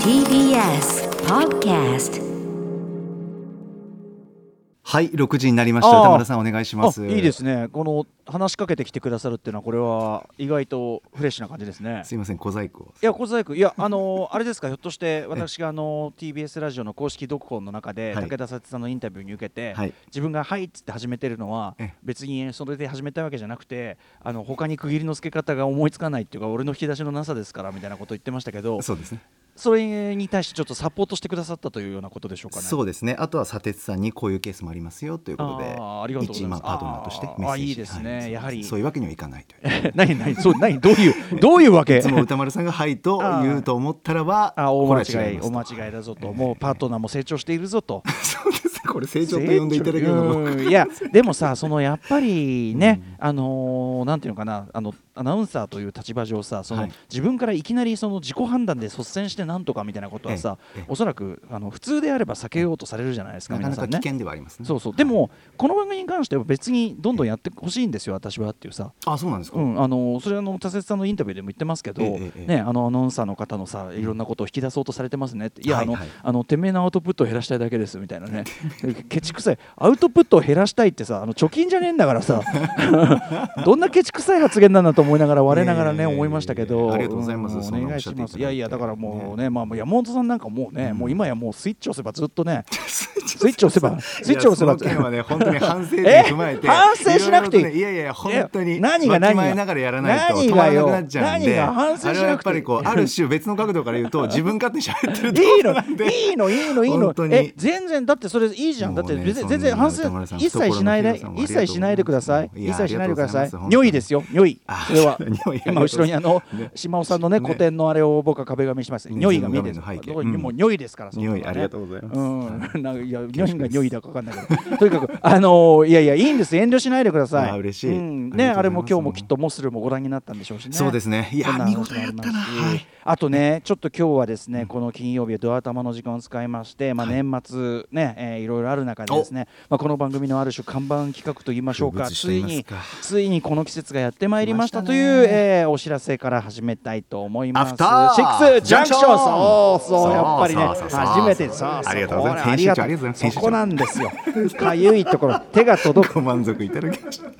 TBS Podcast はい、六時になりました。あー田村さんお願いします。あいいですねこの話しかけてきてくださるっていうのはこれは意外とフレッシュな感じですねすいません、小細工を。いや小細工いやあのーあれですかひょっとして私があのー TBS ラジオの公式読本の中で、はい武田沙織さんのインタビューに受けて、はい自分が「はい」っつって始めてるのはええ別にそれで始めたわけじゃなくてあの他に区切りのつけ方が思いつかないっていうか俺の引き出しのなさですからみたいなこと言ってましたけどそうですね。それに対してちょっとサポートしてくださったというようなことでしょうかね。そうですね。あとは砂鉄さんにこういうケースもありますよということで、あーありがとうございます一まあパートナーとしてメッセージあーいいですねはいやはりそういうわけにはいかないという。 何何そう何どういうどういうわけいつも歌丸さんがはいと言うと思ったらば、 あ大これ間は違いまおすと間違いだぞと、もうパートナーも成長しているぞと そうです。これ成長と呼んでいただけるのも成長うん いやでもさそのやっぱりね、あのーなんていうのかなあのアナウンサーという立場上さその、はい自分からいきなりその自己判断で率先してなんとかみたいなことはさ、ええええおそらくあの普通であれば避けようとされるじゃないですか、なか皆なさかん危ね。険ではありますね。そうそうでもこの番組に関しては別にどんどんやってほしいんですよ、私はっていうさ、あ、そうなんですか。うん、あのそれはあの田瀬さんのインタビューでも言ってますけど、ええええね、あのアナウンサーの方のさいろんなことを引き出そうとされてますねっていや、はいはあいのあのてめえのアウトプットを減らしたいだけですみたいなね ケチくさいアウトプットを減らしたいってさあの貯金じゃねえんだからさ どんなケチくさい発言なんだと思いながら我ながいらやねいやいや思いましたけどありがとうございますんそんなおお願っいしゃしっていただいまてすいやいやだからもうねまあもう山本さんなんかもうね、もう今やもうスイッチ押せばずっとね スイッチ押せばスイッチ押せばいやその件はね本当に反省点え踏まえて反省しなくていいろいろとねいやいや本当えに何が何わがきまえながらやらないと止何がまらなよくなっちゃうんで何が反省しなくてあれいいはやっぱりこうある種別の角度から言うと自分勝手に喋ってるっていいことのなんでいいのいいのいいの本当にえ全然だってそれいいじゃんだもっうてね別にそんな全然反省田村さん一切しないで懐の一広さんもありがとうございます切しないでくださいいや一切しないでくださありいがとうございます良いですよ良いあそれは 良い今後ろにあのね島尾さんのねね古典のあれを僕は壁紙にしますね良いが見えてるその画面の背景どこうにんもう良いですからそんなの匂ねいありがとうございます、うん、なんかいや匂いが匂いだかわかんないけどとにかくあのーいやいやいいんです遠慮しないでくださいあ嬉しいあうん、りがねとうございますあれも今日もきっとモスルもご覧になったんでしょうしねそうですねいやそんな見話応もえああっりまたな、すしはいあとね、ちょっと今日はですね、この金曜日はドア頭の時間を使いまして、まあ、はい年末ね、えーいろいろある中でですね、まあ、この番組のある種看板企画と言いましょう風か物詩とつ言いいますにかついにこの季節がやってまいりましたとい来ましたう、ねえーお知らせから始めたいと思います。アフターシックスジャンクシジャンクョンションそうそうやっぱりねそうそうそう初めてさありがとうございますこれ編集長ありがとうございますそ編集長こなんですよかゆいところ手が届くご満足いただきました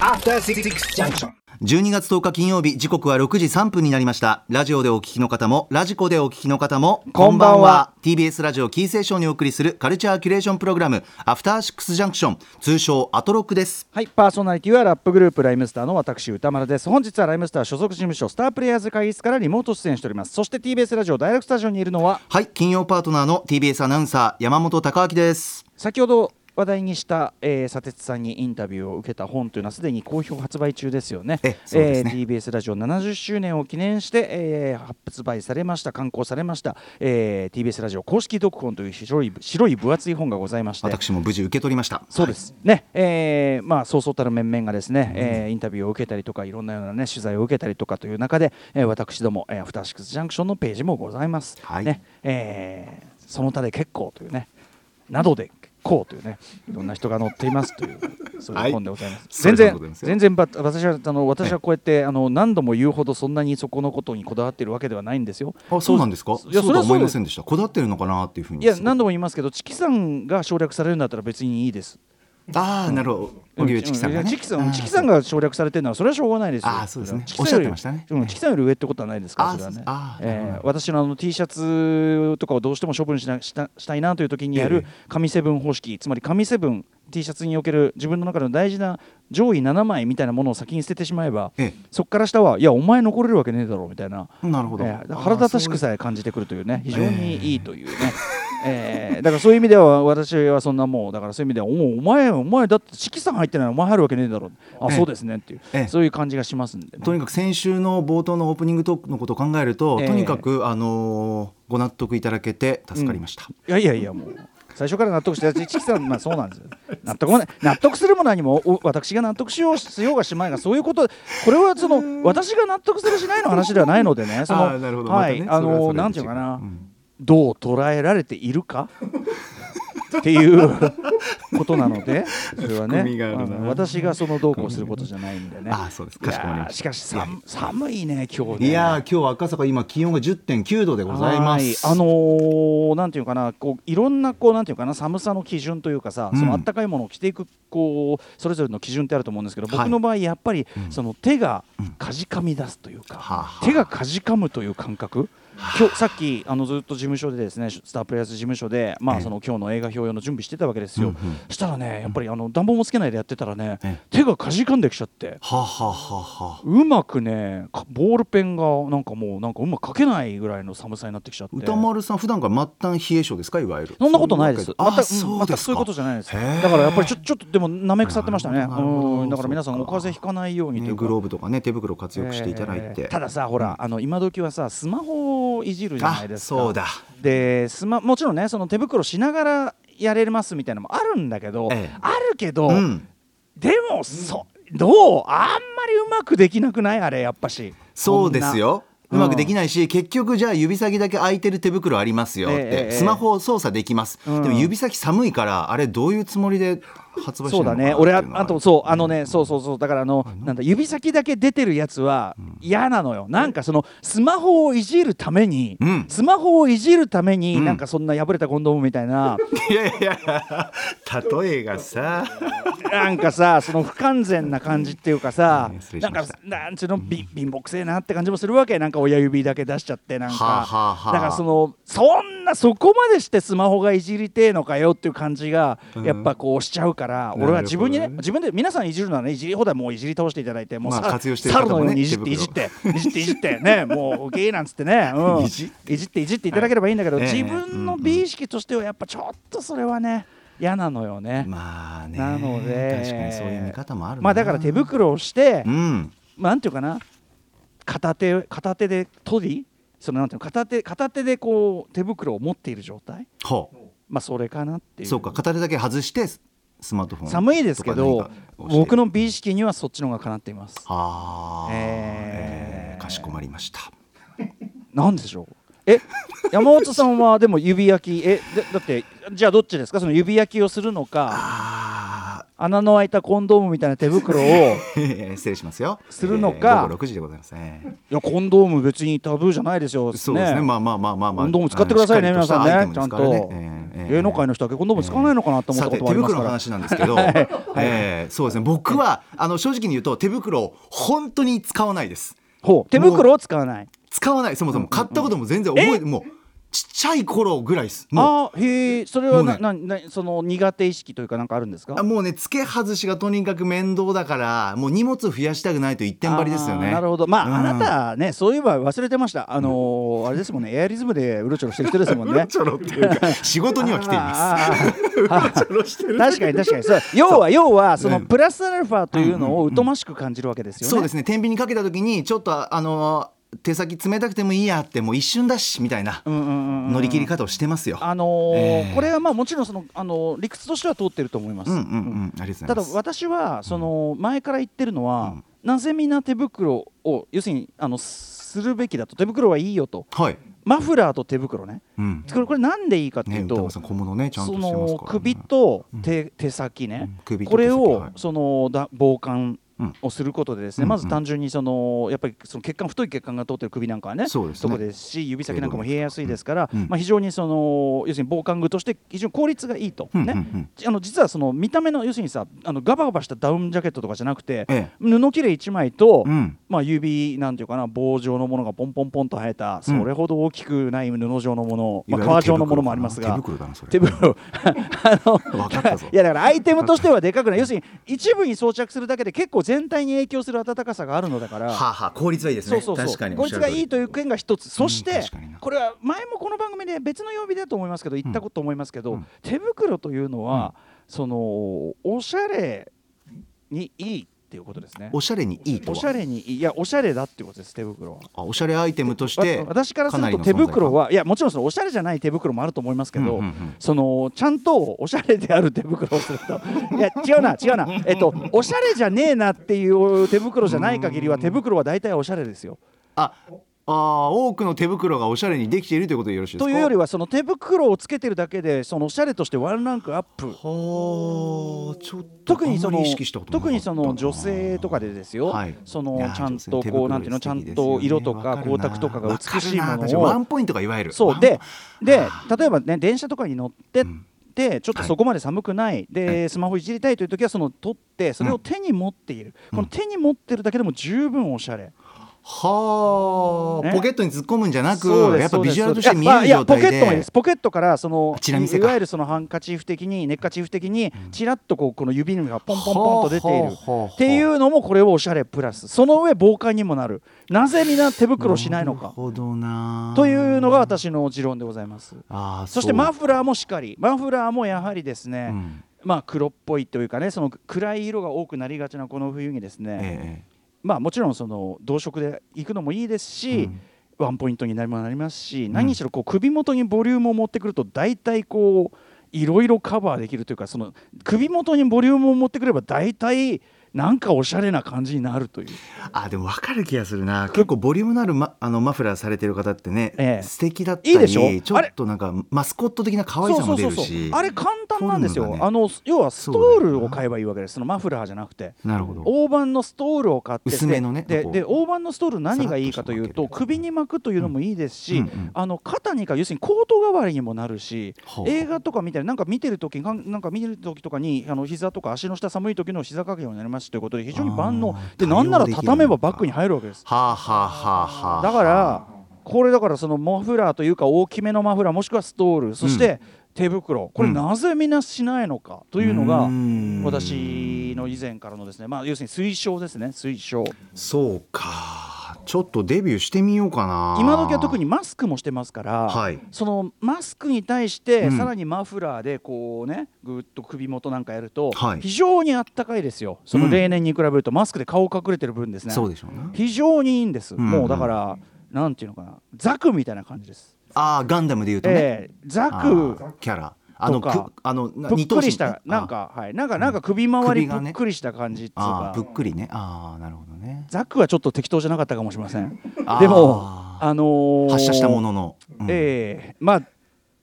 After Six Junction. 12月10日金曜日時刻は6時3分になりましたラジオでお聞きの方もラジコでお聞きの方もこんばんは TBS ラジオキーセーションにお送りするカルチャーキュレーションプログラムアフターシックスジャンクション通称アトロックですはい、パーソナリティはラップグループライムスターの私歌丸です本日はライムスター所属事務所スタープレイヤーズ会議室からリモート出演しておりますそして TBS ラジオ第6スタジオにいるのははい金曜パートナーの TBS アナウンサー山本貴明です先ほど話題にした、えー、砂鉄さんにインタビューを受けた本というのはすでに好評発売中ですよねえそうですねえー TBS ラジオ70周年を記念して、えー発売されました刊行されました、えー TBS ラジオ公式読本という白い白い分厚い本がございまして私も無事受け取りましたそうです、ね、えーまあ、そうそうたる面々がですね、えーインタビューを受けたりとか、いろんなような、ね、取材を受けたりとかという中で、えー私ども、えー、アフターシックスジャンクションのページもございます。はいねえーその他で結構というね、などで結構というね、いろんな人が載っていますと いう、そういう本でございます。そ全ういう本でござい然ますよ全然ば私はあの私はこうやって、あの何度も言うほどそんなにそこのことにこだわっているわけではないんですよ。あそうなんですかいやそうとは思いまそれはそうですせんでしたこだわってるのかなっていうふうにいや何度も言いますけど、チキさんが省略されるんだったら別にいいです。ああなるほど荻上チキさんがうねチキさんあーチキさんが省略されてるのはそれはしょうがないですよ。あーそうですねチキさんよりおっしゃってましたねうんチキさんより上ってことはないですからあーそれはね。あーなるほどえー私のあの T シャツとかをどうしても処分しなしたしたいなという時にやえるえ紙セブン方式、つまり紙セブン T シャツにおける自分の中の大事な上位7枚みたいなものを先に捨ててしまえば、ええそこから下はいやお前残れるわけねえだろみたいな。なるほどえー腹立たしくあさえ感じてくるというね非常にいいというね、えーだからそういう意味では私はそんなもうだからそういう意味ではおうお前お前だって四季さん入ってないのお前入るわけねえだろあええそうですねっていう、ええそういう感じがしますんでね、ーそういうとにかく先週の冒頭のオープニングトークのことを考えると、ええとにかくあのーご納得いただけて助かりました、いやいやいやもう最初から納得して四季さんまあそうなんですよ納得もない納得するも何もお私が納得しようしようがしまいがそういうことこれはその私が納得するしないの話ではないのでねそのあーなるほどはい、またねあそれはそれのでなんていうのかな、違ううんどう捉えられているかっていうことなのでそれはツねッコミがあるなうん私がそのどうこうすることじゃないんでねあそうですかしこまりましたいやーしかし寒寒いね今日ねいやー、今日赤坂、今、気温が10.9度でございます。はいあのーなんていうかな、こういろんなこうなんていうかな寒さの基準というかさ、うんその暖かいものを着ていくこうそれぞれの基準ってあると思うんですけど、はい僕の場合やっぱり、その手がかじかみ出すというか、はあはあ手がかじかむという感覚。今日さっきあのずっと事務所でですねスタープレイヤーズ事務所で、まえあ、えその今日の映画表用の準備してたわけですよ、うんうんしたらねやっぱりあの暖房もつけないでやってたらね、え手がかじかんできちゃってはあはあはあはあうまくねかボールペンがなんかもうなんかうまく書けないぐらいの寒さになってきちゃって歌丸さん、普段から末端冷え性ですか、いわゆる。そんなことないです。あ、全くそうで全くすか。そういうことじゃないでへす。ーだからやっぱりちょちょっとでもなめ腐ってましたね。なるほどなるほどうんだから皆さんそおっか風邪ひかないようにといねうかグローブとかね、手袋活躍していただいえて。ーたださほら、あの今時はさスマホをいじるじゃないあ、ですか。そうだ。でスマもちろんねその手袋しながらやれますみたいなのもあるんだけど、ええあるけど、うんでもそどうあんまりうまくできなくないあれやっぱし。そうですよ。そうんなまくできないし、結局じゃあ指先だけ空いてる手袋ありますよって、ええええスマホを操作できます、うんでも指先寒いからあれどういうつもりで発売してそうるのだかなね俺はっていのはあとそうあのねそうそうそうだからあのなんだ指先だけ出てるやつは嫌なのよなんかそのスマホをいじるために、うんスマホをいじるために、うんなんかそんな破れたコンドームみたいな いやいや例えが さなんかさその不完全な感じっていうかさうん失礼しなんまかしたなんちゅうのび貧乏くせえなって感じもするわけなんか親指だけ出しちゃってなんか、はあはあはあだからそのそんなそこまでしてスマホがいじりてえのかよっていう感じがうんやっぱこうしちゃうから、ほどね俺は自分にね自分で皆さんいじるのはねいじり放題もういじり倒していただいてもうさ、まあ活用してる方もね猿のようにいじって手いじっ袋ていじっていじってねもうゲイなんつってね、う ん、いじっいじっていじっていただければいいんだけど、はいええ自分の美意識としてはやっぱちょっとそれはね嫌なのよね。まあねなので確かにそういう見方もあるなまあだから手袋をして、うんまあなんていうかな片手片手で取りそのなんていうの片手片手でこう手袋を持っている状態ほうまあそれかなっていうそうか片手だけ外してススマートフォン寒いですけとどか何かをして僕の美意識にはそっちの方がかなっていますあーええーーかしこまりましたなんでしょうえ山本さんはでも指焼きえでだってじゃあどっちですかその指焼きをするのかあ穴の開いたコンドームみたいな手袋を いー 失礼しますよするのかえー午後6時でございますねやコンドーム別にタブーじゃないですよそうですねまあまあまあまあまあコンドーム使ってくださいねあの皆しっかさりんしねちたアゃイんテムですとからねえーえー芸能界の人はコンドーム使わないのかなと思っさたこてとは手あります袋かのら話なんですけど、 えーそうですね僕はあの正直に言うと手袋を本当に使わないですほう手袋を使わない。使わないそもそも買ったことも全然覚えてもうちっちゃい頃ぐらいですもうあーへえそれはな、もななその苦手意識というかなんかあるんですかあもうね付け外しがとにかく面倒だからもう荷物増やしたくないと一点張りですよあねーなるほどまあ、うんあなたねそういえば忘れてましたあのーあれですもんねエアリズムでうろちょろしてる人ですもんう ろね ちょろっていうか仕事には来ていますすうろち ょろしてる確かに確かにそう要は要はそのねプラスアルファというのを疎ましく感じるわけですよね、そうですね天秤にかけた時にちょっとああの手先冷たくてもいいやってもう一瞬だしみたいなうんうんうんうん乗り切り方をしてますよ、あのーええこれはまあもちろんその、あのー理屈としては通ってると思います、うんうんうんありがとうございますただ私はその前から言ってるのは、うんなぜみんな手袋を要するにあのするべきだと手袋はいいよとはい、マフラーと手袋ねうん、これこれなんでいいかってね、いう歌と、川さん小物ねちゃんとそしてますから、ね、の首と手,、手先ね、うん首と手先これを、はいそのだ防寒うんをすることでですね、うんまず単純にそのやっぱりその血管太い血管が通ってる首なんかはねそうですねとこですし指先なんかも冷えやすいですから、うんまあ、非常にその要するに防寒具として非常に効率がいいと、うんねうんうんあの実はその見た目の要するにさあのガバガバしたダウンジャケットとかじゃなくて、ええ布切れ1枚と、うんまあ、指なんていうかな棒状のものがポンポンポンと生えた、うんそれほど大きくない布状のもの、いわゆるまあ、革状のものもありますが手袋だなそれ手袋 あのわかったぞいやだからアイテムとしてはでかくない要するに一部に装着するだけで結構全体に影響する暖かさがあるのだから。はあ、はあ、効率がいいですそねうそう確そかうにこいつがいいという件が一つそしうんて確かになこれは前もこの番組で別の曜日だと思いますけど言ったこと思いますけうどん手袋というのはそのおしゃれにいいっていうことですねおしゃれにいいとおはしゃれにいいいやおしゃれだっていうことです手袋はあおしゃれアイテムとしてわ私からするとなりの存手在感袋はいやもちろんそのおしゃれじゃない手袋もあると思いますけど、うんうんうんそのちゃんとおしゃれである手袋をすると いや違うな違うなえっとおしゃれじゃねえなっていう手袋じゃない限りは手袋は大体おしゃれですよ。あああ多くの手袋がおしゃれにできているということでよろしいですかというよりはその手袋をつけてるだけでそのおしゃれとしてワンランクアップはあちょっと特にそあんまのり意識したことなか特ったなにその女性とかでですよ、はいそいのやちゃん女と性手こう袋なんていうのちゃん好きですよとね色とわかるな光沢とかが美しいわかもるなワのンをポイントがいわゆるそワうンポインでトであ例えばね電車とかに乗ってんでちょっとそこまで寒くない、でスマホいじりたいという時はその取ってそれを手に持っている、この手に持ってるだけでも十分おしゃれ、はあ、ねポケットに突っ込むんじゃなそうくですやっぱそうビですジュアルとして見えいやまあるいや状態でポケットもいいですポケットからそのあチラ見せいかわゆるそのハンカチーフ的にネッカチーフ的にちらっとこうこの指がポンポンポンと出ていはあるはあはあはあっていうのもこれをおしゃれプラスその上防寒にもなるなぜみんな手袋しないのなるかほどなというのが私の持論でございますああそしてうマフラーもしっかりマフラーもやはりですね、うんまあ黒っぽいというかねその暗い色が多くなりがちなこの冬にですね、えまあもちろんその同色で行くのもいいですし、うんワンポイントになりもなりますし、何しろこう首元にボリュームを持ってくると大体こういろいろカバーできるというかその首元にボリュームを持ってくれば大体なんかおしゃれな感じになるというえあでも分かる気がするな結構ボリュームのあるマあのマフラーされてる方ってね、ええ素敵だったりいいでしょちょっとなんかマスコット的な可愛さも出るしあれ簡単なんですよ、フォルムがあねの要はストールを買えばいいわけですそのマフラーじゃなくてなるほど大判のストールを買って薄めのねでこうで大判のストール何がいいかというさらとっとした首に巻くというのもいいですし、うんうんうんあの肩にか要するにコート代わりにもなるし、ほう映画とか見たりなんか見てる時かんなんか見てる時とかにあの膝とか足の下寒い時の膝掛けようになりますしということで非常に万能あーでなんなら対応できる畳めばバッグに入るわけです。はあはあはあはあだからこれだからそのマフラーというか大きめのマフラーもしくはストールそして手袋これなぜみんなしないのかというのがうん私の以前からのですねまあ要するに推奨ですね推奨そうかちょっとデビューしてみようかな今時は特にマスクもしてますから、はいそのマスクに対しうてんさらにマフラーでこうねぐっと首元なんかやるとはい非常にあったかいですよその例年に比べるとマスクで顔隠れてる分ですねそうでしょうね非常にいいんですんうんもうだからなんていうのかなザクみたいな感じですああガンダムで言うとね、ええザあクーキャラあのとかくあのなぷっくりし二頭た身なんかはいなんかなんか首周首りがねぷっくりした感じっていうあーあかーぷっくりねああなるほどねザクはちょっと適当じゃなかったかもしれませんあーでもあのー発射したものの、うんええまあ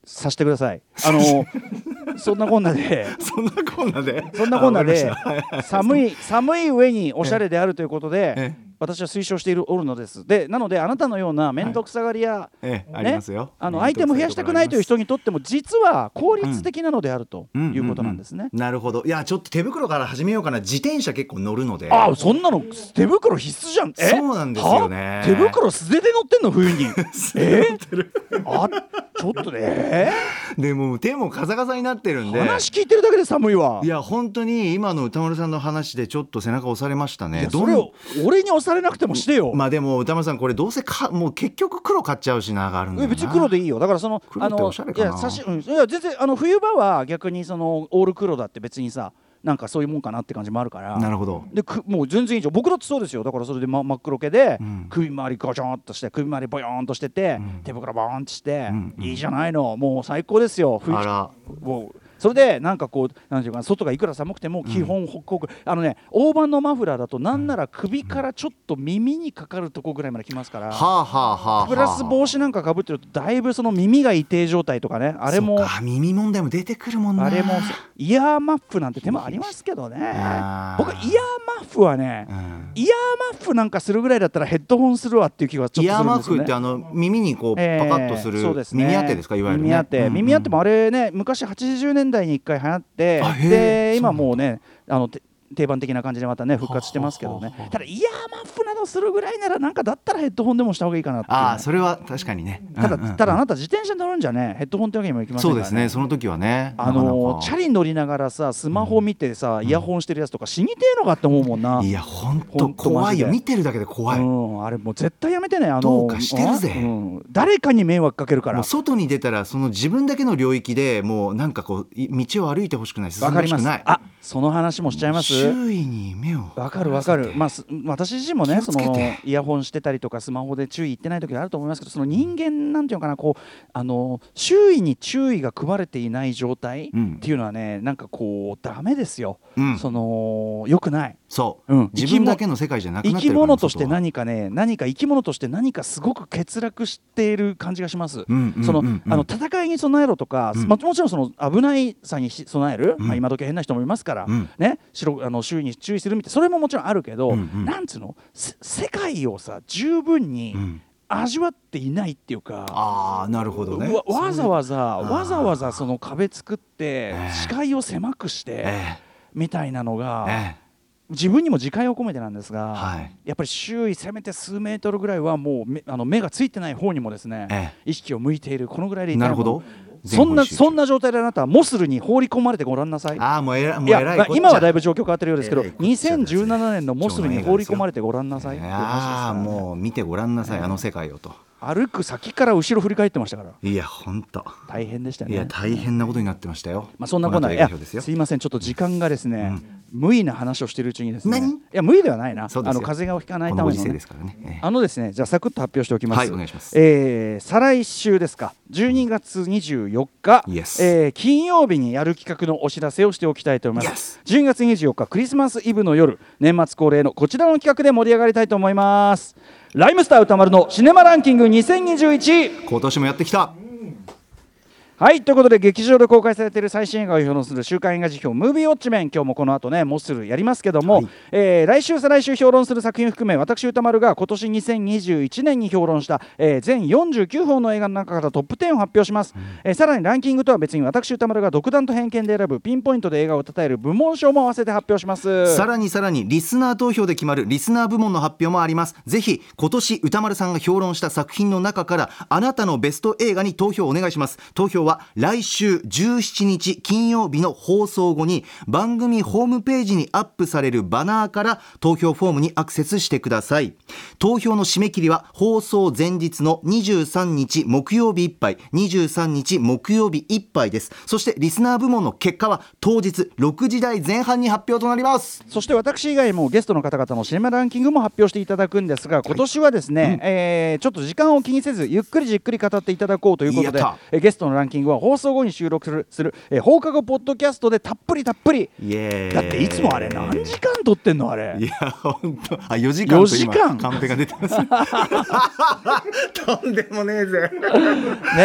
さしてくださいあの ーそんなこんなでそんなこんなでそんなこんなあでわかりました寒い寒い上におしゃれであるということえでえ私は推奨しているおるのですでなのであなたのような面倒くさがりや、ええありねますよあのアイテムを増やしたくないという人にとっても実は効率的なのであるとんいうことなんですね。なるほどいやちょっと手袋から始めようかな自転車結構乗るのでああそんなの手袋必須じゃんえそうなんですよねは手袋素手で乗ってんの冬 にえあちょっとねえでもう手もカサカサになってるんで話聞いてるだけで寒いわいや本当に今の歌丸さんの話でちょっと背中押されましたいねやそれを俺に押されなくてもしてよ、まあでも歌丸さんこれどうせかもう結局黒買っちゃうしながあるんだえよな別に黒でいいよだからその黒っておしゃれいかなや差し、うん、いや全然あの冬場は逆にそのオール黒だって別にさなんかそういうもんかなって感じもあるからなるほどでくもう全然以上僕だってそうですよだからそれで、ま、真っ黒系で、うん首周りガチョンとして首周りボヨーンとしてて、手袋ボーンとして、うんうんいいじゃないのもう最高ですよ冬あらもうそれでなんかこうなんていうかな外がいくら寒くても基本北国、あのね大判のマフラーだとなんなら首からちょっと耳にかかるとこぐらいまで来ますかはら、あはあはあはあプラス帽子なんかかぶってるとだいぶその耳が異定状態とかねあれもそうか耳問題も出てくるもんなあれもイヤーマッフなんて手もありますけどねあー僕はイヤーマッフはね、うんイヤーマッフなんかするぐらいだったらヘッドホンするわっていう気がちょっイとヤすーるんマですフよってねあの耳にこうパカえーッとする、そうですね耳当てですかいわゆる、ね、耳当て、うんうん耳当てもあれね昔80年代に1回流行ってあへーでそうな今んだもうねあのて定番的な感じでまたね復活してますけどはねただイヤーマッフなどするぐらいならなんかだったらヘッドホンでもした方がいいかなっていうねああそれは確かにねただうんうんただあなた自転車乗るんじゃねヘッドホンってわけにもいきませんそかうらですねその時はねあなかなのかチャリ乗りながらさスマホ見てさ、イヤホンしてるやつとか死にてえのかって思うもんな。いや本ほ当んと怖いよマジで見てるだけで怖い、うもん、あれもう絶対やめてねあのどうかしてるぜあん誰かに迷惑かけるからう外に出たらその自分だけの領域でもうなんかこうい道を歩いてほしくない進わんでかほりしまくすないあその話もしちゃいますしる周囲に目をわかるわかる、まあ、す私自身もね気そをつけてのイヤホンしてたりとかスマホで注意いってない時あると思いますけどその人間なんていうのかなこうあの周囲に注意が配れていない状態うんっていうのはね、なんかこうダメですよ、うんそのよくないそう、うん自分だけの世界じゃなく生なってきるから物として外は何かね何か生き物として何かすごく欠落している感じがします。うんうんうんうんそのあの戦いに備えろとか、うんまあ、もちろんその危ないさにし備える、うんまあ、今時変な人もいますから、うんね、しろあの周囲に注意するみたいそれももちろんあるけど、うんうんなんつうのせ世界をさ十分にうん味わっていないっていうか、ああなるほどねわわざわざーわざわざその壁作ってええ視界を狭くして、ええみたいなのが。え自分にも自戒を込めてなんですが、はいやっぱり周囲せめて数メートルぐらいはもうめあの目がついてない方にもですね、え意識を向いているこのぐらいでえいなたいるほものどそんなそんなな状態であなたはモスルに放り込まれてごらんなさい。ああもうえらもういや偉いまあこっちゃ今はだいぶ状況変わってるようですけど、えらいこっちゃですね2017年のモスルに放り込まれてごらんなさいっていうああ話ですからねもう見てごらんなさいあの世界をと歩く先から後ろ振り返ってましたからいや本当大変でしたよいね。や大変なことになってましたよまあそんなことない。いやこの後映画表ですよすいません、ちょっと時間がですね、無意な話をしているうちにですね。何いや無意ではないな。あそうですよの風邪をひかないこたのごめ時の世ねですからねええあのですね、じゃあサクッと発表しておきます。はいお願いしますえー再来週ですか、12月24日、 Yes えー金曜日にやる企画のお知らせをしておきたいと思います。12月24日クリスマスイブの夜、年末恒例のこちらの企画で盛り上がりたいと思います。ライムスター歌丸のシネマランキング2021。今年もやってきたはいということで劇場で公開されている最新映画を表する週刊映画辞表「ムービーウォッチメン」今日もこの後ねモスルやりますけども、はいえー来週再来週評論する作品含め私歌丸が今年2021年に評論した、えー全49本の映画の中からトップ10を発表します、えーさらにランキングとは別に私歌丸が独断と偏見で選ぶピンポイントで映画を称える部門賞も合わせて発表しますさらにさらにリスナー投票で決まるリスナー部門の発表もありますぜひ今年歌丸さんが評論した作品の中からあなたのベスト映画に投票お願いします投票は来週17日金曜日の放送後に番組ホームページにアップされるバナーから投票フォームにアクセスしてください投票の締め切りは放送前日の23日木曜日いっぱい23日木曜日いっぱいですそしてリスナー部門の結果は当日6時台前半に発表となりますそして私以外もゲストの方々のシネマランキングも発表していただくんですが今年はですね、えーちょっと時間を気にせずゆっくりじっくり語っていただこうということでやったえーゲストのランキングは放送後に収録するする、えー放課後ポッドキャストでたっぷりたっぷりイエーイだっていつもあれ何時間撮ってんのあれいや本当あ4時間と4時間今カンペが出てますとんでもねえぜね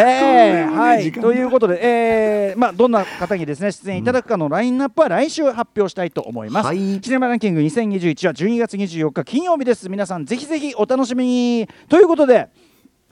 え、はい、時間ということで、えーまあ、どんな方にですね出演いただくかのラインナップは来週発表したいと思います。はいシネマランキング2021は12月24日金曜日です。皆さんぜひぜひお楽しみにということで。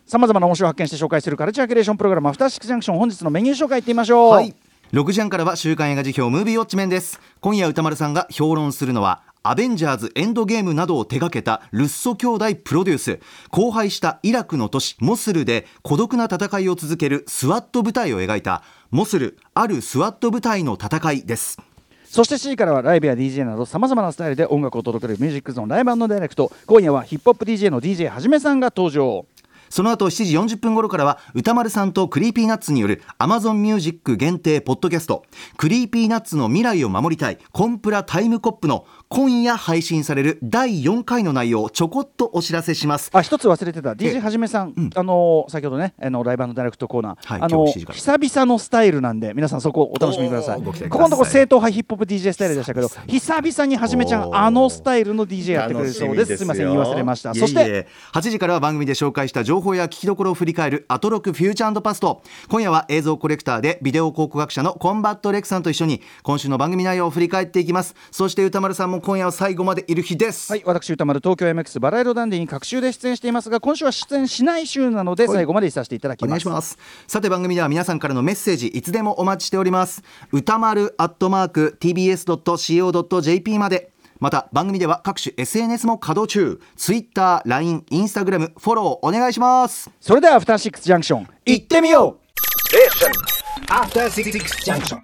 さまざまな面白を発見して紹介するカルチャーキュレーションプログラム「アフターシックスジャンクション」本日のメニュー紹介いってみましょう、はい6時半からは週刊映画辞表ムービーウォッチメンです今夜歌丸さんが評論するのはアベンジャーズエンドゲームなどを手掛けたルッソ兄弟プロデュース荒廃したイラクの都市モスルで孤独な戦いを続けるスワット部隊を描いたモスルあるスワット部隊の戦いですそして7時からはライブや DJ などさまざまなスタイルで音楽を届けるミュージックゾーンライブダイレクト今夜はヒップホップ DJ の DJ はじめさんが登場その後7時40分頃からは歌丸さんとクリーピーナッツによる Amazon Music 限定ポッドキャストクリーピーナッツの未来を守りたいコンプラタイムコップの今夜配信される第4回の内容をちょこっとお知らせします。あ一つ忘れてたえ DJ はじめさん、うんあのー先ほどねあのライブダイレクトコーナー、はいあ今の日7時から久々のスタイルなんで皆さんそこお楽しみくださいおーご期待くださいここのところ正統派ヒップホップ DJ スタイルでしたけど久々にはじめちゃおんーあのスタイルの DJ やってくれるそうですすいません言い忘れましたそしていえいえ8時からは番組で紹介した情報や聞きどころを振り返るアトロクフューチャーパスト今夜は映像コレクターでビデオ考古学者のコンバットレクさんと一緒に今週の番組内容を振り返っていきますそして歌丸さんも今夜は最後までいる日です、はい、私歌丸東京 MX バラ色ダンディに各週で出演していますが今週は出演しない週なのではい最後までいさせていただきお願まいしすますさて番組では皆さんからのメッセージいつでもお待ちしております歌丸アットマーク tbs.co.jp までまた番組では各種 SNS も稼働中 TwitterLINE、Instagram フォローお願いしますそれではアフターシックスジャンクション行ってみよう